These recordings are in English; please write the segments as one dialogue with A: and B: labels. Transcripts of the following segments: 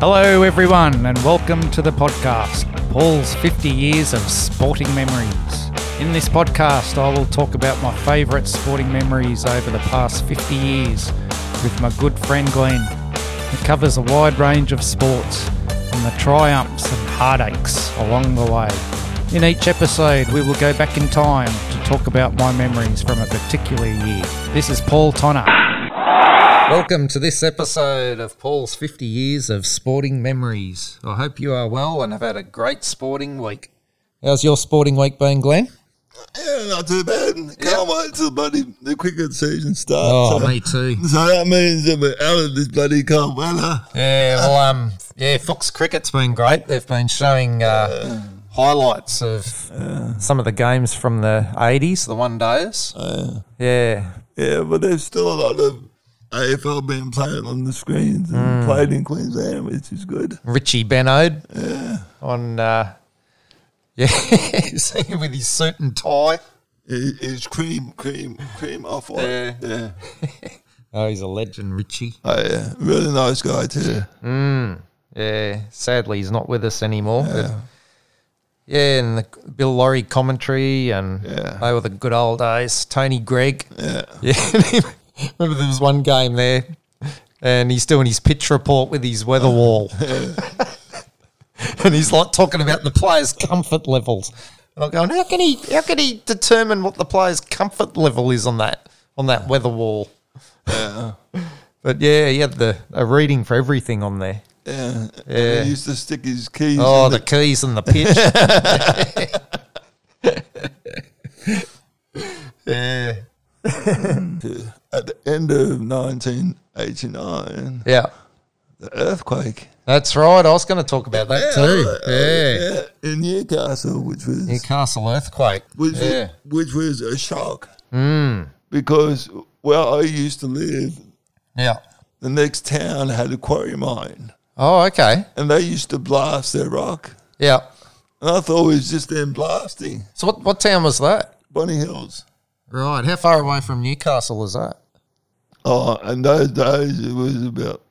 A: Hello, everyone, and welcome to the podcast Paul's 50 Years of Sporting Memories. In this podcast, I will talk about my favourite sporting memories over the past 50 years with my good friend Glenn. It covers a wide range of sports and the triumphs and heartaches along the way. In each episode, we will go back in time to talk about my memories from a particular year. This is Paul Tonner. Welcome to this episode of Paul's 50 Years of Sporting Memories. I hope you are well and have had a great sporting week. How's your sporting week been, Glenn?
B: Yeah, not too bad. Can't wait till bloody the cricket season starts.
A: Oh,
B: so,
A: me too.
B: so that means that we're out of this bloody cold weather.
A: Yeah, well, um, yeah, Fox Cricket's been great. They've been showing uh, highlights of some of the games from the 80s, the one days. yeah.
B: Uh, Yeah, but there's still a lot of AFL being played on the screens
A: Hmm.
B: and played in Queensland, which is good.
A: Richie Benode on, uh, yeah, he's singing with his suit and tie.
B: It- It's cream, cream, cream off white. Yeah. yeah.
A: Oh, he's a legend, Richie.
B: Oh, yeah. Really nice guy, too.
A: Yeah, sadly he's not with us anymore. Yeah, yeah and the Bill Laurie commentary and
B: Yeah.
A: they were the good old days. Tony Gregg. Yeah. Yeah. Remember there was one game there and he's doing his pitch report with his weather wall. and he's like talking about the players' comfort levels. And I'm going, How can he how can he determine what the player's comfort level is on that on that weather wall? but yeah, he had the a reading for everything on there.
B: Yeah.
A: Yeah.
B: And he used to stick his keys
A: Oh,
B: in
A: the
B: the,
A: keys and the pitch. yeah.
B: at the end of 1989,
A: Yeah.
B: the earthquake.
A: That's right. I was going to talk about that too. Yeah.
B: Yeah, in Newcastle, which was
A: Newcastle earthquake.
B: which,
A: Yeah.
B: which was a shock. Because where I used to live,
A: Yeah.
B: the next town had a quarry mine
A: Oh, okay.
B: and they used to blast their rock.
A: Yeah.
B: And I thought it was just them blasting
A: So what, what town was that?
B: Bunny Hills.
A: Right. How far away from Newcastle is that?
B: Oh, and those days it was about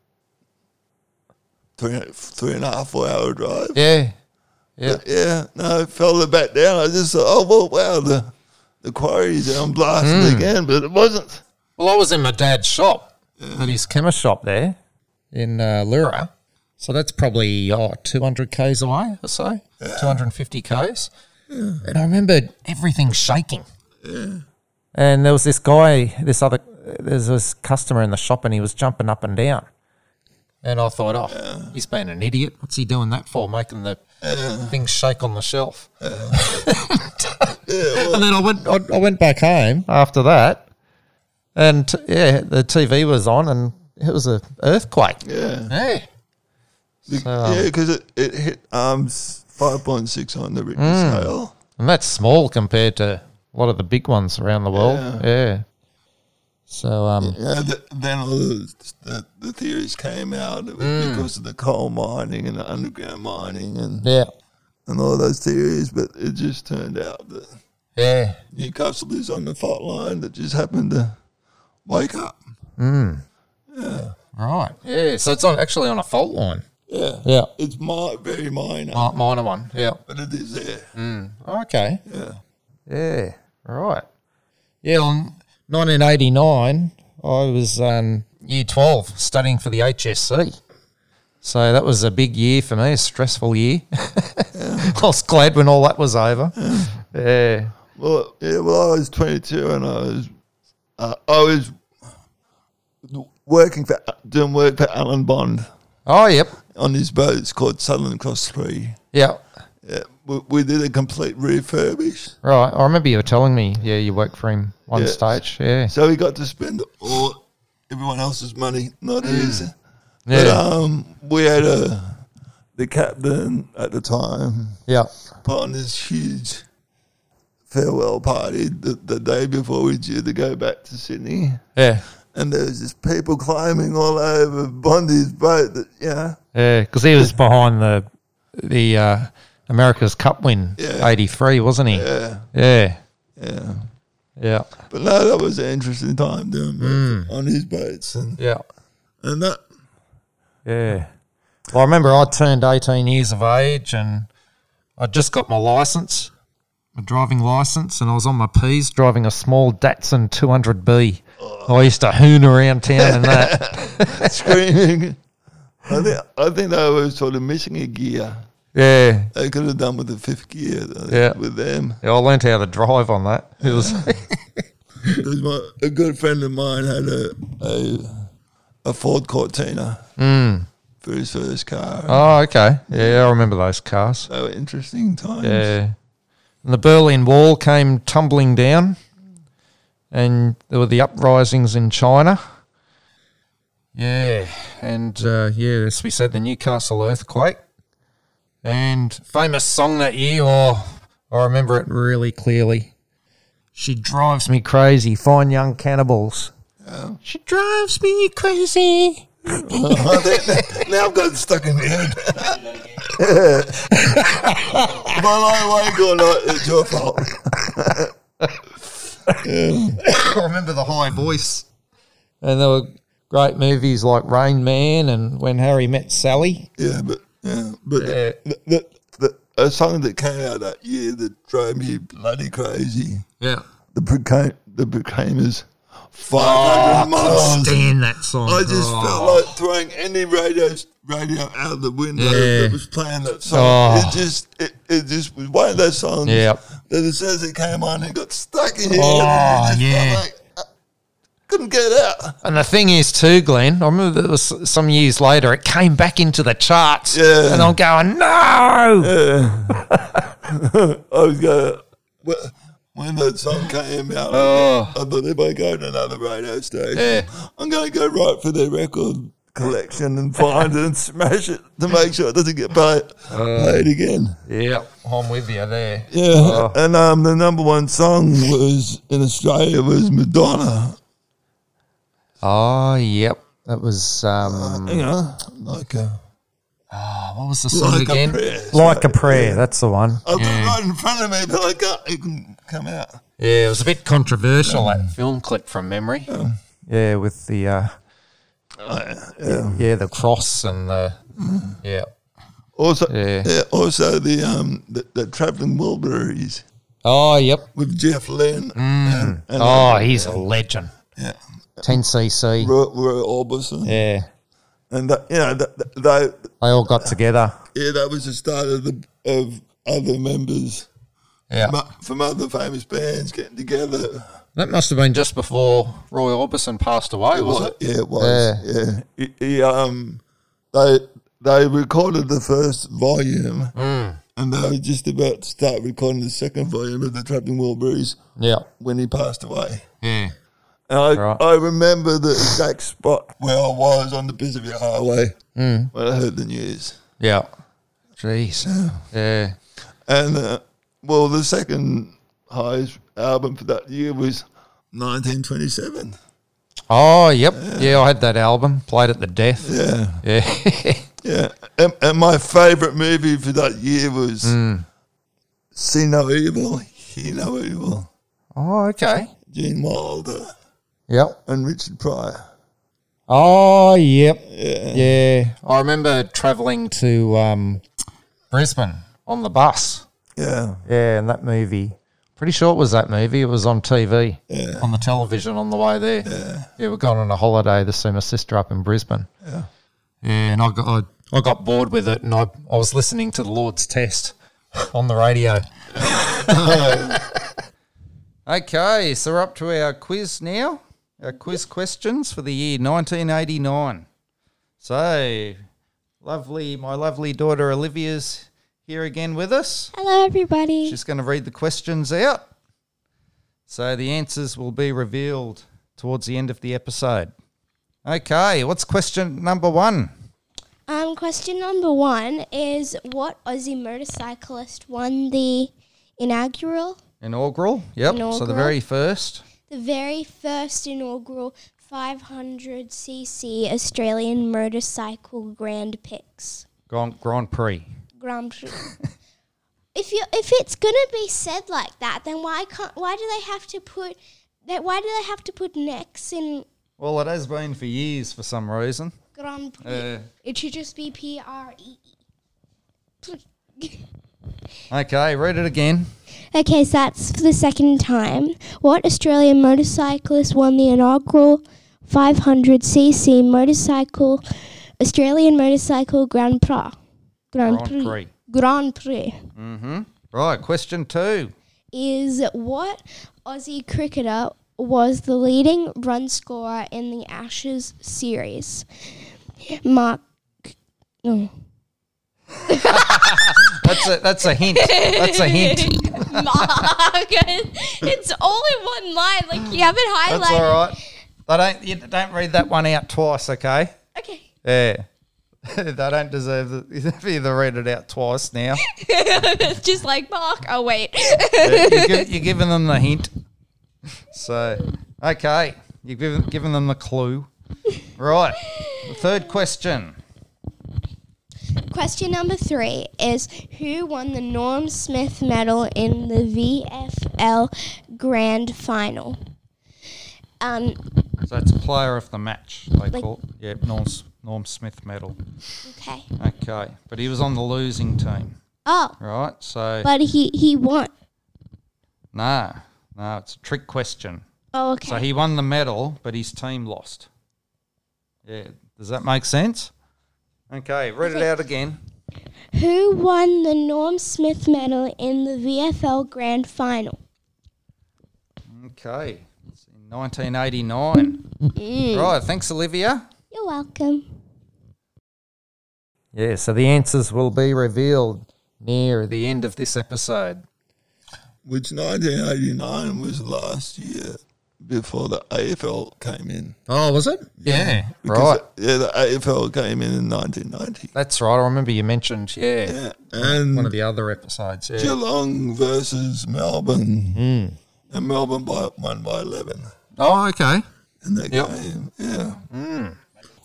B: three, three and a half, four hour drive.
A: Yeah. Yeah.
B: But yeah, no, it fell back down. I just thought, oh, well, wow, the, the quarries on blasting again, but it wasn't.
A: Well, I was in my dad's shop, at his chemist shop there in uh, Lura. So that's probably oh, 200 k's away or so, 250 k's. And I remember everything shaking. And there was this guy, this other, there's this customer in the shop, and he was jumping up and down. And I thought, oh, he's been an idiot. What's he doing that for? Making the things shake on the shelf. and then I went, I, I went back home after that, and t- yeah, the TV was on, and it was a earthquake.
B: Yeah.
A: Hey,
B: Be- yeah, because it, it hit um, arms 5.6 on the Richter scale.
A: and that's small compared to a lot of the big ones around the world. Yeah. So um,
B: Yeah, th then all the, the, the theories came out it was because of the coal mining and the underground mining and,
A: yeah,
B: and all those theories, but it just turned out that
A: yeah,
B: Newcastle is on the fault line that just happened to wake up.
A: right, yeah. So it's on, actually on a fault line.
B: Yeah.
A: Yeah, Uh,
B: It's mi- very minor,
A: Mi- minor one. Yeah.
B: but it is there.
A: Oh, Okay. Yeah. Yeah. Right. Yeah. On 1989, I was um, year 12 studying for the HSC. So that was a big year for me, a stressful year. I was glad when all that was over. yeah.
B: Well, yeah, well, I was 22 and I was, uh, I was working for, doing work for Alan Bond.
A: Oh, yep.
B: on his boat. It's called Southern Cross 3.
A: Yeah.
B: Yeah, we, we did a complete refurbish.
A: Right. I remember you were telling me, yeah, you worked for him one
B: Yeah.
A: stage. Yeah.
B: So we got to spend all everyone else's money, not his. But
A: Yeah.
B: um, we had a the captain at the time
A: Yeah.
B: put on this huge farewell party the, the day before we due to go back to Sydney.
A: Yeah.
B: And there was just people climbing all over Bondi's boat. That, yeah,
A: Yeah, because he was behind the the uh, America's Cup win
B: Yeah.
A: '83, wasn't he?
B: yeah,
A: Yeah,
B: yeah.
A: yeah,
B: But no, that was an interesting time doing work on his boats and
A: yeah,
B: and that
A: yeah. Well, I remember I turned 18 years of age and I just got my license, my driving license, and I was on my P's driving a small Datsun 200B. I used to hoon around town in that.
B: Screaming. I think, I think they were sort of missing a gear.
A: Yeah.
B: They could have done with the fifth gear uh,
A: Yeah.
B: with them.
A: yeah. I learned how to drive on that. It was.
B: 'Cause my, a good friend of mine had a a, a Ford Cortina for his first car.
A: Hmm. oh, okay. Yeah, I remember those cars.
B: So interesting times.
A: Yeah. And the Berlin Wall came tumbling down, and there were the uprisings in China. Yeah. And, uh, yeah, as we said, the Newcastle earthquake. And famous song that year, or I remember it really clearly. She drives me crazy, fine young cannibals. Oh. She drives me crazy.
B: now I've got stuck in the head. If I lie awake or not, it's your fault.
A: I remember the high voice. And there were great movies like Rain Man and When Harry Met Sally.
B: Yeah, but yeah, but
A: Yeah.
B: The, the, the, a song that came out that year that drove me bloody crazy.
A: Yeah.
B: The Proclaim, the Proclaimers, five hundred
A: Oh,
B: miles.
A: Damn that song. Oh.
B: I just felt like throwing any radio radio out the window
A: Yeah.
B: that was playing that song.
A: Oh.
B: It just it, it just was one of those songs
A: Yep.
B: that as soon as it came on it got stuck in your
A: Oh,
B: head. and it just felt
A: yeah.
B: like, I couldn't get out.
A: And the thing is, too, Glenn, I remember there was some years later, it came back into the charts.
B: Yeah.
A: And I'm going, no!
B: I was gonna when- when that song came out I thought if I go to another radio station
A: Yeah.
B: I'm gonna go right for their record collection and find it and smash it to make sure it doesn't get play, played again.
A: Yeah, I'm with you there.
B: Yeah, and um, the number one song was in Australia was Madonna.
A: Oh, yep. That was, um,
B: You know, like a
A: what was the song
B: like
A: again?
B: a prayer.
C: Like a prayer, that's the one.
B: I've got it right in front of me, but I can't. It can come out.
A: Yeah, it was a bit controversial, that film clip from memory.
C: Yeah, with the uh,
B: yeah.
A: Yeah, the cross and the, yeah.
B: Also,
A: Yeah.
B: yeah. Uh, also the um the, the traveling Wilburys
A: Oh, yep.
B: with Jeff Lynne and, and
A: Oh, he's a legend.
B: yeah,
C: 10cc.
B: Roy, Roy Orbison,
C: Yeah.
B: and that, you know that, that, that
C: They all got together.
B: yeah that was the start of the of other members
A: Yeah.
B: mu- from other famous bands getting together.
A: That must have been just before Roy Orbison passed away, was it?
B: Yeah, it was. Yeah. He- he, um, they they recorded the first volume, and they were just about to start recording the second volume of the Trapping Wilburys
A: Yeah.
B: when he passed away.
A: Yeah.
B: And I,
C: Right.
B: I remember the exact spot where I was on the Pacific Highway when I heard the news.
A: Yeah. Jeez. Yeah.
B: And uh, well, the second highest album for that year was 1927.
A: Oh, yep. Yeah, I had that album. Played at the death.
B: Yeah.
A: Yeah.
B: Yeah, and, and my favourite movie for that year was See No Evil, Hear No Evil.
A: oh, okay.
B: Gene Wilder
A: Yep.
B: and Richard Pryor.
A: Oh, yep. Yeah. I remember travelling to um, Brisbane on the bus.
B: Yeah,
C: Yeah, and that movie.
A: Pretty sure it was that movie. It was on TV.
B: Yeah.
A: On the television on the way there. Yeah. Yeah, we're going on a holiday to see my sister up in Brisbane. Yeah. Yeah, and I got, I, I got bored with it and I, I was listening to the Lord's Test on the radio. okay, so we're up to our quiz now. Our quiz questions for the year 1989. So, lovely, my lovely daughter Olivia's here again with us.
D: Hello, everybody.
A: She's going to read the questions out. So the answers will be revealed towards the end of the episode. Okay, what's question number one?
D: Um, question number one is what Aussie motorcyclist won the inaugural,
A: Inaugural. Yep. So the
D: Inaugural.
A: very first.
D: the very first inaugural 500cc Australian motorcycle Grand Prix?
A: Grand, Grand Prix.
D: Grand Prix. if you if it's gonna be said like that, then why can't why do they have to put that? Why do they have to put necks in?
A: Well, it has been for years for some reason.
D: Grand Prix.
E: Uh,
D: it should just be P R E E.
E: okay, read it again.
D: Okay, so that's for the second time. What Australian motorcyclist won the inaugural 500cc motorcycle Australian Motorcycle Grand Prix?
E: Grand Prix.
D: Grand Prix
E: Right, question two.
D: is what Aussie cricketer was the leading run scorer in the Ashes series? Mark. oh,
E: That's a that's a hint. That's a hint.
D: Mark, it's all in one line. Like you haven't highlighted.
E: That's all right. They don't you don't read that one out twice, okay?
D: Okay.
E: Yeah. they don't deserve the, for you to read it out twice now.
D: It's just like Mark. Oh wait.
E: you're, gi- you're giving them the hint. So, okay, you've given, given them the clue. Right, the third question.
D: Question number three is who won the Norm Smith Medal in the VFL Grand Final? Um,
E: So it's player of the match. They
D: Like-
E: call yeah Norm S- Norm Smith medal.
D: okay.
E: Okay, but he was on the losing team,
D: Oh,
E: right? So
D: but he he won.
E: no, no, it's a trick question.
D: Oh, okay.
E: So he won the medal, but his team lost. Yeah, does that make sense? Okay, read it out again.
D: Who won the Norm Smith Medal in the VFL Grand Final?
E: Okay, it's in 1989. Right, thanks, Olivia.
D: Mm. You're welcome.
A: Yeah, so the answers will be revealed near the end of this episode.
B: Which 1989 was last year before the AFL came in.
A: Oh, was it? Yeah. Right.
B: Because, Yeah, the AFL came in in 1990.
A: That's right. I remember you mentioned, yeah,
B: Yeah, and
A: one of the other episodes. Yeah.
B: Geelong versus Melbourne, and Melbourne by won by eleven
A: Oh, okay.
B: in that game. Yeah,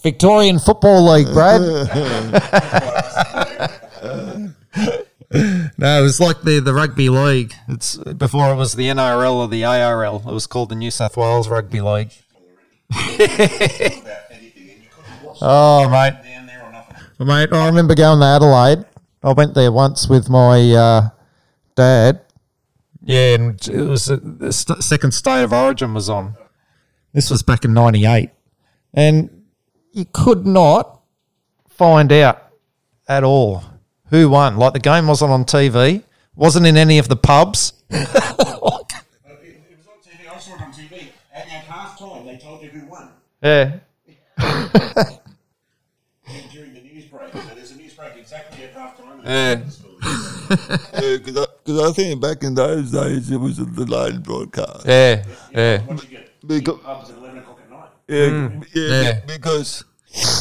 A: Victorian Football League, Brad. no, it was like the, the rugby league. It's before it was the NRL or the ARL. It was called the New South Wales Rugby League. oh, mate. Mate, I remember going to Adelaide. I went there once with my uh, dad. Yeah, and it was uh, the st- second state of origin was on. This was back in 98. And you could not find out at all who won. Like the game wasn't on TV, wasn't in any of the pubs.
F: It, it was on TV. I saw it on TV. And at half time, they told you who won
A: Yeah.
F: during the news break. So there's a news break exactly at half time.
B: because I, 'cause I think back in those days it was a delayed broadcast.
A: Yeah. Yeah.
F: What you get?
B: Because,
F: Pubs at 11 o'clock at night.
B: yeah, yeah, because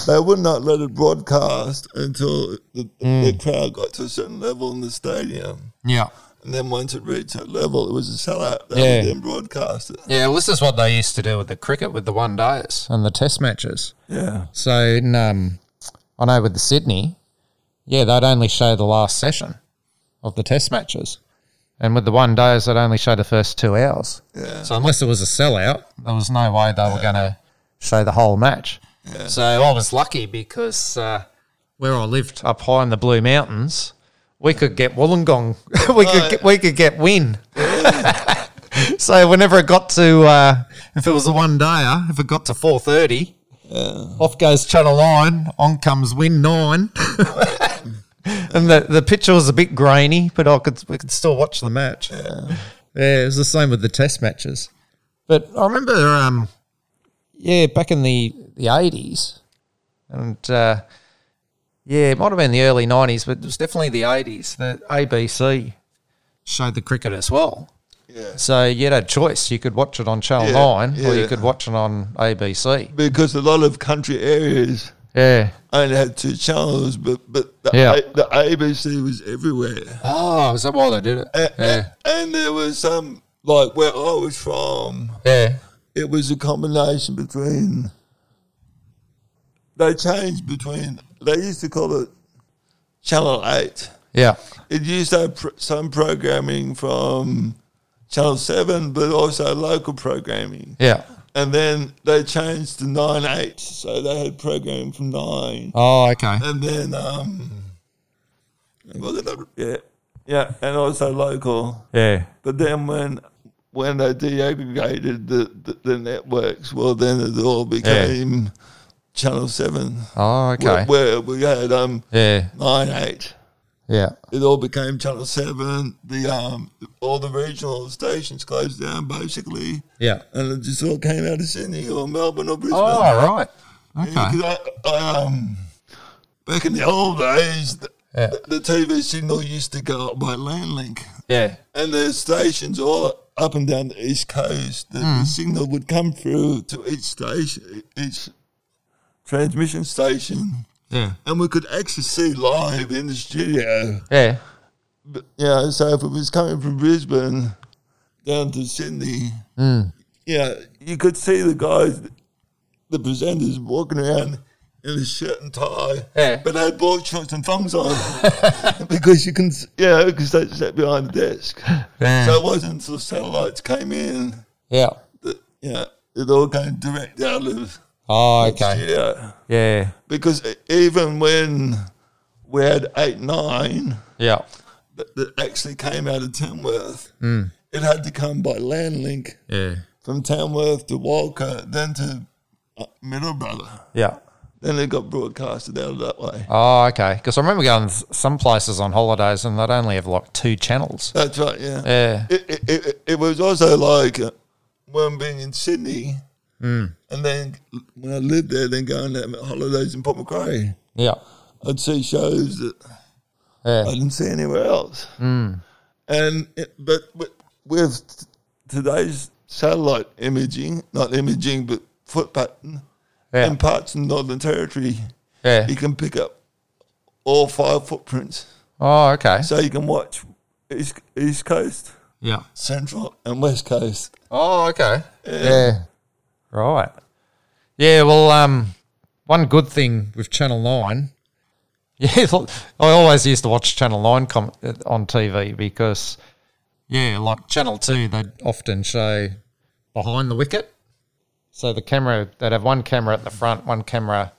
B: they would not let it broadcast until the, the crowd got to a certain level in the stadium.
A: Yeah.
B: And then once it reached that level, it was a sellout. They
A: Yeah.
B: would then broadcast it.
A: Yeah, well, this is what they used to do with the cricket, with the one days and the test matches.
B: Yeah.
A: So, in, um, I know with the Sydney, yeah, they'd only show the last session of the test matches. And with the one days, they'd only show the first two hours.
B: Yeah.
A: So, unless it was a sellout, there was no way they were going to show the whole match. So, I was lucky because uh, where I lived up high in the Blue Mountains, we could get Wollongong. we, could get, we could get Win. So whenever it got to, uh, if it was a one dayer, if it got to four thirty, off goes Channel Nine, on comes Win Nine, and the, the picture was a bit grainy, but I could we could still watch the match. Yeah. it was the same with the Test matches. But I remember, um, yeah, back in the the eighties, and uh, yeah, it might have been the early nineties, but it was definitely the eighties. The ABC showed the cricket as well.
B: Yeah.
A: So you had a choice. You could watch it on Channel
B: Yeah,
A: 9 or you
B: yeah.
A: could watch it on ABC.
B: Because a lot of country areas
A: Yeah.
B: only had two channels, but but the,
A: Yeah.
B: A- the ABC was everywhere,
A: Oh, is that why they did it?
B: and, and there was some like where I was from.
A: Yeah.
B: It was a combination between. They changed between. They used to call it Channel Eight.
A: Yeah.
B: It used to have pr- some programming from Channel Seven, but also local programming.
A: Yeah.
B: and then they changed to nine eight, so they had programming from nine.
A: Oh, okay.
B: And then um, was it number- yeah, yeah, and also local.
A: Yeah.
B: But then when when they deaggregated the, the, the networks, well, then it all became Channel Seven.
A: Oh, okay.
B: Where, where we had um
A: Yeah.
B: nine eight.
A: Yeah.
B: It all became Channel Seven. The um all the regional stations closed down basically,
A: Yeah.
B: and it just all came out of Sydney or Melbourne or Brisbane.
A: Oh, right.
B: Yeah,
A: Okay.
B: 'cause I, I, um, back in the old days, the,
A: Yeah.
B: the TV signal used to go up by land link,
A: Yeah.
B: and there's stations all up and down the east coast. The,
A: Hmm.
B: the signal would come through to each station, each transmission station,
A: Yeah.
B: and we could actually see live in the studio.
A: Yeah.
B: But, you know, so if it was coming from Brisbane down to Sydney, yeah, you could see the guys, the presenters walking around in a shirt and tie,
A: Yeah.
B: but they had ball shorts and thongs on because you can, s- yeah, because they sat behind the desk.
A: Yeah.
B: So it wasn't until satellites came in
A: Yeah.
B: that, yeah, it all came direct out of
A: Oh, okay.
B: yeah.
A: Yeah.
B: Because e- even when we had eight, nine,
A: Yeah.
B: that, that actually came out of Tamworth. It had to come by land link
A: Hmm. Yeah.
B: from Tamworth to Walker, then to uh, Middleborough.
A: Yeah.
B: Then it got broadcasted out that way.
A: Oh, okay. Because I remember going s- some places on holidays and they'd only have like two channels.
B: That's right, yeah.
A: Yeah.
B: It, it, it, it was also like uh, when being in Sydney,
A: Hmm.
B: and then when I lived there, then going on holidays in Port Macquarie,
A: Yeah.
B: I'd see shows that I
A: Yeah.
B: didn't see anywhere else.
A: Hmm.
B: And it, but with, with today's satellite imaging, not imaging, but foot pattern,
A: Yeah.
B: in parts of Northern Territory,
A: Yeah.
B: you can pick up all five footprints.
A: Oh, okay.
B: So you can watch East, East Coast,
A: Yeah.
B: Central, and West Coast.
A: Oh, okay. Yeah. Right. Yeah, well, um, one good thing with Channel 9, yeah, look, I always used to watch Channel 9 com- uh, on TV because, yeah, like Channel 2, they'd often show behind the wicket. So the camera, they'd have one camera at the front, one camera.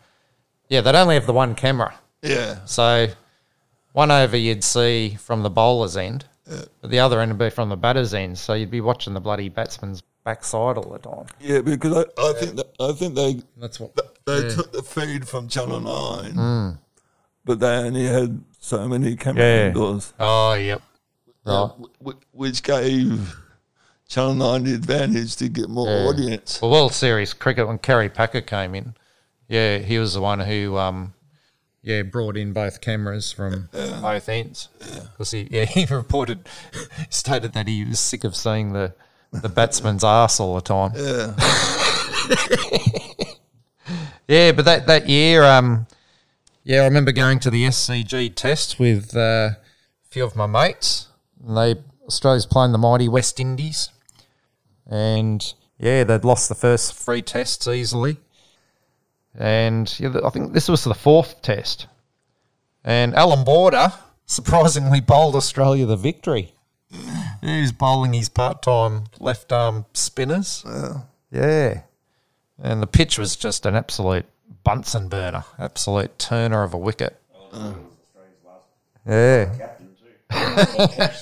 A: Yeah, they'd only have the one camera.
B: Yeah.
A: So one over you'd see from the bowler's end, but the other end would be from the batter's end. So you'd be watching the bloody batsman's backside all the time.
B: Yeah, because I, I think that, I think they
A: That's what.
B: they took the feed from Channel Nine, but they only had so many camera
A: Hmm. Yeah.
B: angles.
A: Oh, yep. Right.
B: wh- wh- which gave Channel 9 the advantage to get more
A: Yeah.
B: audience.
A: Well, World Series cricket when Kerry Packer came in, yeah, he was the one who, um, yeah, brought in both cameras from both ends because he, yeah, he reported stated that he was sick of seeing the the batsman's ass all the time.
B: Yeah.
A: Yeah, but that that year, um, yeah, I remember going to the SCG test with uh, a few of my mates, and they Australia's playing the mighty West Indies, and yeah, they'd lost the first three tests easily, and yeah, th- I think this was the fourth test, and Alan Border surprisingly bowled Australia the victory. He was bowling his part-time left arm spinners. Yeah. And the pitch was just an absolute Bunsen burner, absolute turner of a wicket. Yeah.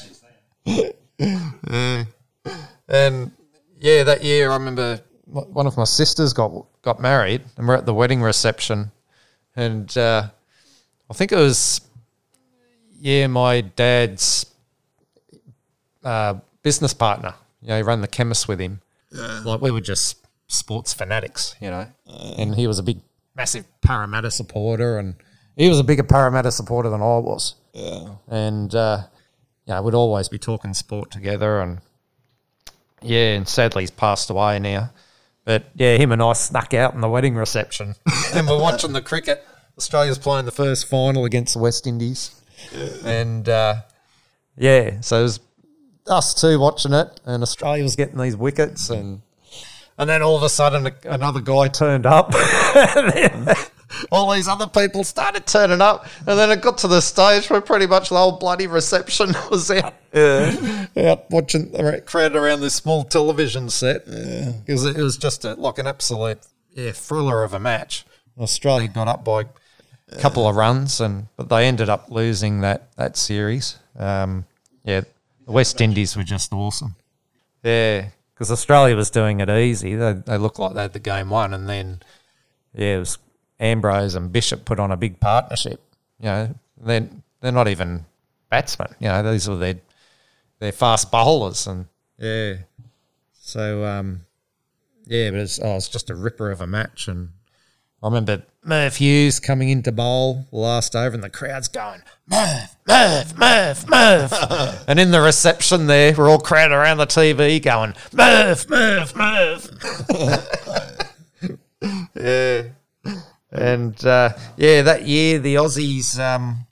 A: yeah. And yeah, that year I remember m- one of my sisters got got married, and we're at the wedding reception, and uh, I think it was yeah, my dad's uh, business partner. You know, he ran the chemist with him. Like we were just sports fanatics, you know. and he was a big, massive Parramatta supporter, and he was a bigger Parramatta supporter than I was. Yeah. And uh, you know, we'd always be talking sport together, and yeah, and sadly he's passed away now. But yeah, him and I snuck out in the wedding reception, and we're watching the cricket. Australia's playing the first final against the West Indies, and uh, yeah, so it was us two watching it, and Australia was getting these wickets, and and then all of a sudden another guy turned up, and then, all these other people started turning up, and then it got to the stage where pretty much the whole bloody reception was out, out watching the crowd around this small television set. It, was, it was just a, like an absolute yeah, thriller of a match. Australia got up by a couple of runs, and but they ended up losing that that series. Um, yeah, the West Indies were just awesome. Yeah, because Australia was doing it easy. They, they looked like they had the game won, and then yeah, it was Ambrose and Bishop put on a big partnership. You know, they're they're not even batsmen. You know, these were their their fast bowlers, and yeah. So um, yeah, but it's oh, it's just a ripper of a match, and I remember Merv Hughes coming into bowl the last over, and the crowd's going Merv, Merv, Merv, Merv, and in the reception there, we're all crowded around the TV going Merv, Merv, Merv. yeah, and uh, yeah, that year the Aussies, um,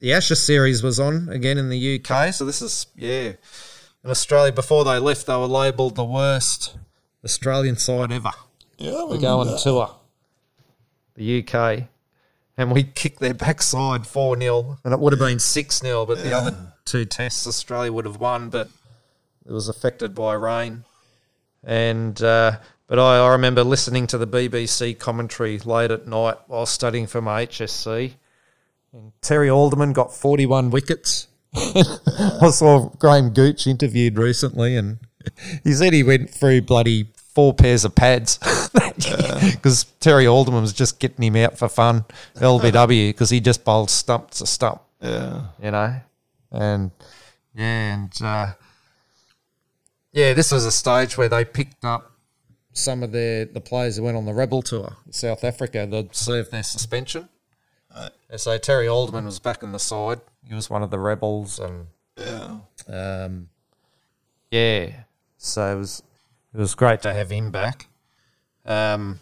A: the Ashes series was on again in the UK. So this is yeah, in Australia before they left, they were labelled the worst Australian side ever.
B: Yeah,
A: We go on tour. Mm. The UK. And we kicked their backside 4 0. And it would have been 6 0, but the other two tests Australia would have won, but it was affected by rain. And, uh, but I, I remember listening to the BBC commentary late at night while studying for my HSC. And Terry Alderman got 41 wickets. I saw Graham Gooch interviewed recently, and he said he went through bloody four pairs of pads because Terry Alderman was just getting him out for fun, LBW, because he just bowled stump to stump,
B: Yeah.
A: you know, and yeah, and uh, yeah, this was a stage where they picked up some of their the players that went on the Rebel tour, South Africa, that served their suspension. And so Terry Alderman was back in the side. He was one of the rebels, and
B: Yeah.
A: um, yeah, so it was it was great to have him back. Um,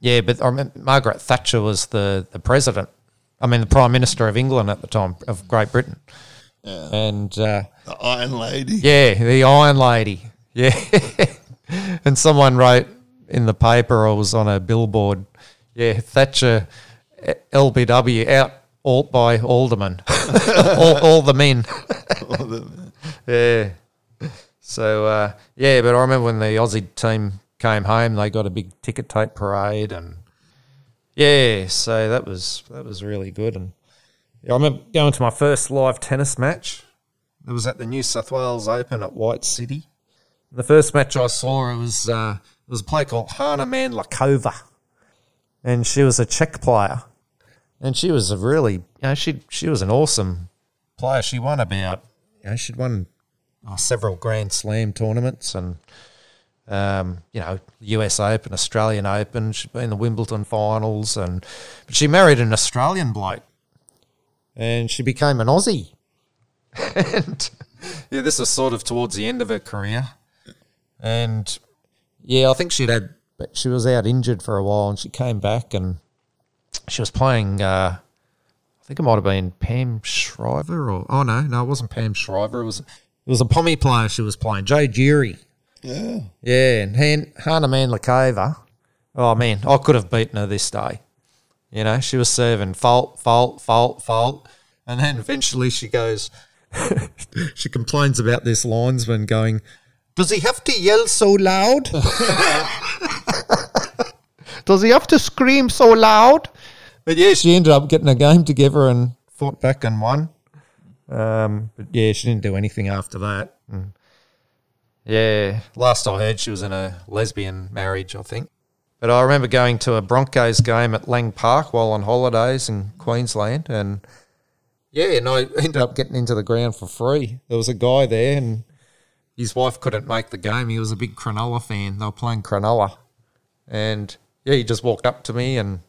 A: yeah, but I remember Margaret Thatcher was the the president. I mean, the prime minister of England at the time of Great Britain,
B: Yeah.
A: and uh,
B: The Iron Lady.
A: yeah, the Iron Lady. Yeah. and someone wrote in the paper or was on a billboard, yeah, Thatcher eh, LBW out alt by alderman. all, all the men. yeah. So, uh, yeah, but I remember when the Aussie team came home, they got a big ticket tape parade and yeah, so that was that was really good and I remember going to my first live tennis match. It was at the New South Wales Open at White City. The first match I saw it was uh, it was a player called Hana Manlikova, and she was a Czech player, and she was a really you know she she was an awesome player. She won about you know she'd won oh, several Grand Slam tournaments and um, you know U.S. Open, Australian Open. She'd been in the Wimbledon finals, and but she married an Australian bloke, and she became an Aussie and yeah, this was sort of towards the end of her career. And yeah, I think she'd had, but she was out injured for a while, and she came back, and she was playing. Uh, I think it might have been Pam Shriver, or oh no, no, it wasn't Pam Shriver. It was it was a Pommy player she was playing, Joe Jury.
B: Yeah.
A: Yeah, and Han, Hannah Manlikova. Oh man, I could have beaten her this day. You know, she was serving fault, fault, fault, fault, and then eventually she goes. she complains about this linesman going. Does he have to yell so loud? Does he have to scream so loud? But yeah, she ended up getting a game together and fought back and won. Um, but yeah, she didn't do anything after that. Mm. Yeah. Last I heard, she was in a lesbian marriage, I think. But I remember going to a Broncos game at Lang Park while on holidays in Queensland, and yeah, and I ended up getting into the ground for free. There was a guy there, and his wife couldn't make the game. He was a big Cronulla fan. They were playing Cronulla, and yeah, he just walked up to me and,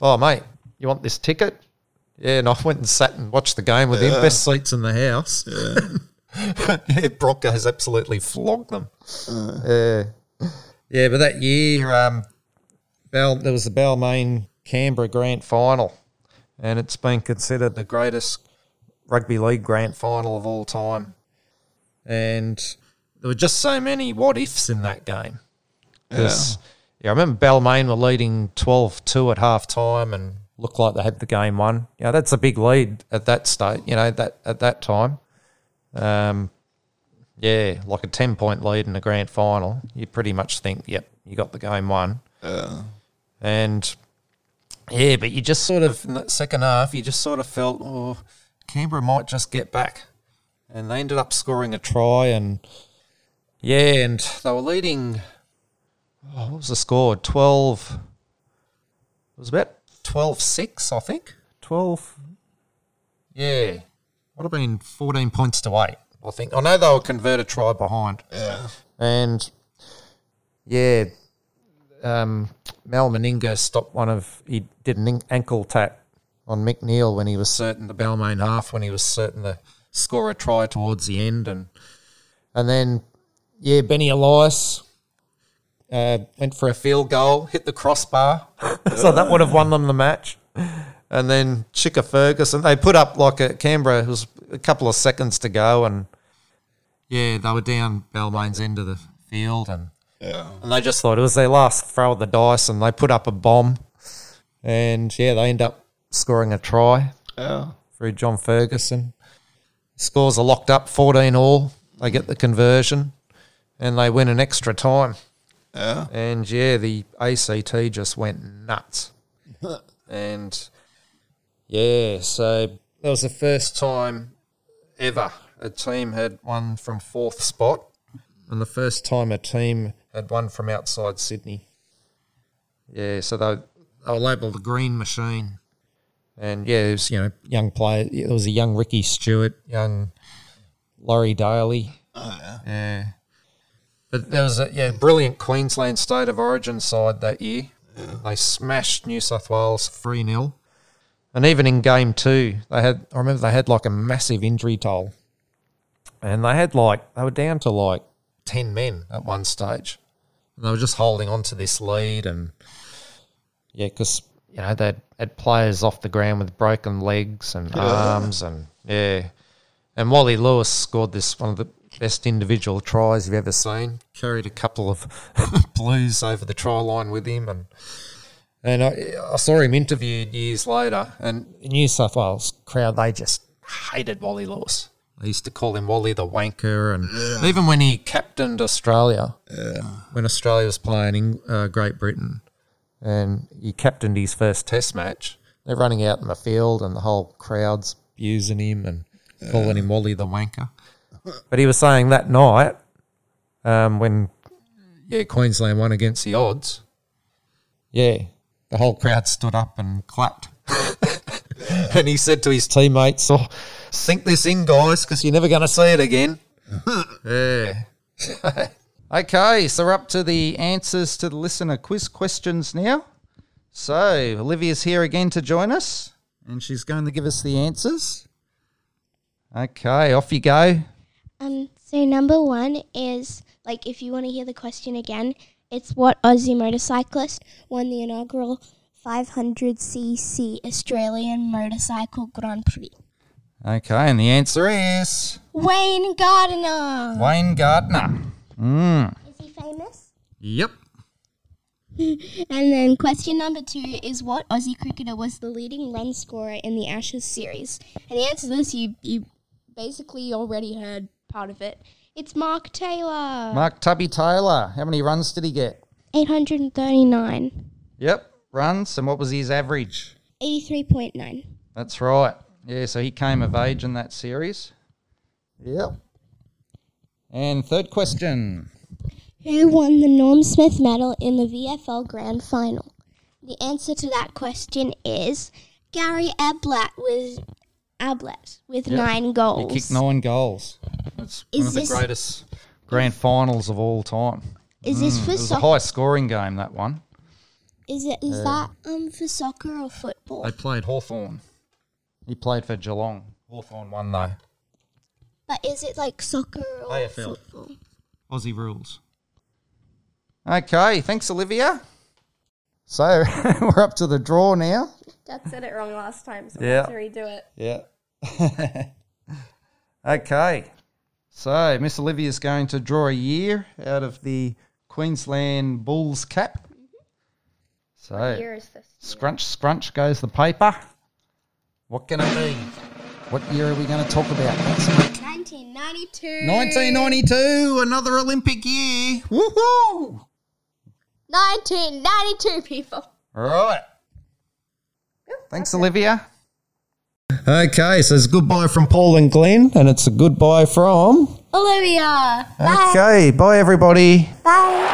A: oh mate, you want this ticket? Yeah, and I went and sat and watched the game with him. Best seats in the house. yeah, Broncos absolutely flogged them. Yeah. Yeah, but that year, um, Bal- there was the Balmain Canberra Grand Final, and it's been considered the greatest rugby league grand final of all time. And there were just so many what ifs in that game. 'Cause Yeah, I remember Balmain were leading 12 2 at half time and looked like they had the game won. Yeah, that's a big lead at that state, you know, that at that time. Um, yeah, like a 10 point lead in the grand final. You pretty much think, yep, you got the game won. And yeah, but you just sort of, in that second half, you just sort of felt, oh, Canberra might just get back. And they ended up scoring a try and. Yeah, and they were leading. Oh, what was the score? 12. It was about 12 6, I think. 12. Yeah. Would have been 14 points to 8, I think. I know they were converted try behind. Yeah. And, yeah, um, Mal Meninga stopped one of. He did an in- ankle tap on McNeil when he was certain the Balmain half, when he was certain to score a try towards the end. And, and then yeah, Benny Elias uh, went for a field goal, hit the crossbar, so that would have won them the match. And then Chica Ferguson, they put up like a Canberra. It was a couple of seconds to go, and yeah, they were down Balmain's end of the field, and and they just thought it was their last throw of the dice, and they put up a bomb, and yeah, they end up scoring a try through John Ferguson. Scores are locked up, fourteen all. They get the conversion and they went an extra time.
B: Yeah.
A: And yeah, the ACT just went nuts. and yeah, so that was the first time ever a team had won from fourth spot, and the first time a team had won from outside Sydney. Yeah, so they, they were labelled the Green Machine. And yeah, it was, you know, young player. There was a young Ricky Stewart, young Laurie Daly. Oh, yeah. Yeah. But there was a yeah, brilliant Queensland State of Origin side that year. They smashed New South Wales 3 0. And even in game two, they had, I remember they had like a massive injury toll. And they had like, they were down to like 10 men at one stage. And they were just holding on to this lead. And yeah, because, you know, they had players off the ground with broken legs and arms. And yeah. And Wally Lewis scored this one of the best individual tries you've ever seen. Carried a couple of blues over the try line with him, and and I, I saw him interviewed years later. And the New South Wales crowd, they just hated Wally Lewis. They used to call him Wally the Wanker, and even when he captained Australia, when Australia was playing in uh, Great Britain, and he captained his first Test match. They're running out in the field, and the whole crowd's abusing him and calling him Wally the Wanker. But he was saying that night, um, when yeah Queensland won against the odds, yeah, the whole crowd stood up and clapped. and he said to his teammates, "Oh, sink this in, guys, because you're never going to see it again." yeah.
E: Okay, so we're up to the answers to the listener quiz questions now. So Olivia's here again to join us, and she's going to give us the answers. Okay, off you go.
D: Um, so number one is like if you want to hear the question again, it's what Aussie motorcyclist won the inaugural 500cc Australian Motorcycle Grand Prix?
E: Okay, and the answer is
D: Wayne Gardiner.
E: Wayne Gardner.
D: Is he famous?
E: Yep.
D: And then question number two is what Aussie cricketer was the leading run scorer in the Ashes series? And the answer to this you you basically already heard part of it. It's Mark Taylor.
E: Mark Tubby Taylor. How many runs did he get?
D: 839.
E: Yep, runs. And what was his average?
D: 83.9.
E: That's right. Yeah, so he came of age in that series.
B: Yep.
E: And third question.
D: Who won the Norm Smith medal in the VFL Grand Final? The answer to that question is Gary Ablett with Ablett with nine
E: He
D: goals.
E: kicked nine goals. That's one of
D: Is
E: the
D: this
A: Greatest.
E: grand finals of all time.
D: is this for
E: Mm, It was a
D: soccer?
E: high scoring game, that one.
D: Is it is that um for soccer or football?
A: They played Hawthorn.
E: He played for Geelong.
A: Hawthorn won though.
D: But is it like soccer or
A: AFL.
D: football?
A: Aussie rules.
E: Okay, thanks, Olivia. So we're up to the draw now.
G: Dad said it wrong last time, so
E: Yeah.
G: I have to redo it.
E: Yeah. okay. So Miss Olivia's going to draw a year out of the Queensland Bulls cap.
A: So,
H: year is this?
A: scrunch, scrunch goes the paper.
I: What can it be?
A: What year are we going to talk about next week?
D: 1992.
A: 1992, another Olympic year. Woohoo!
D: 1992, people.
A: All right. Thanks, Olivia. Okay, so it's goodbye from Paul and Glenn, and it's a goodbye from.
D: Olivia. Bye.
A: Okay, bye everybody.
D: Bye.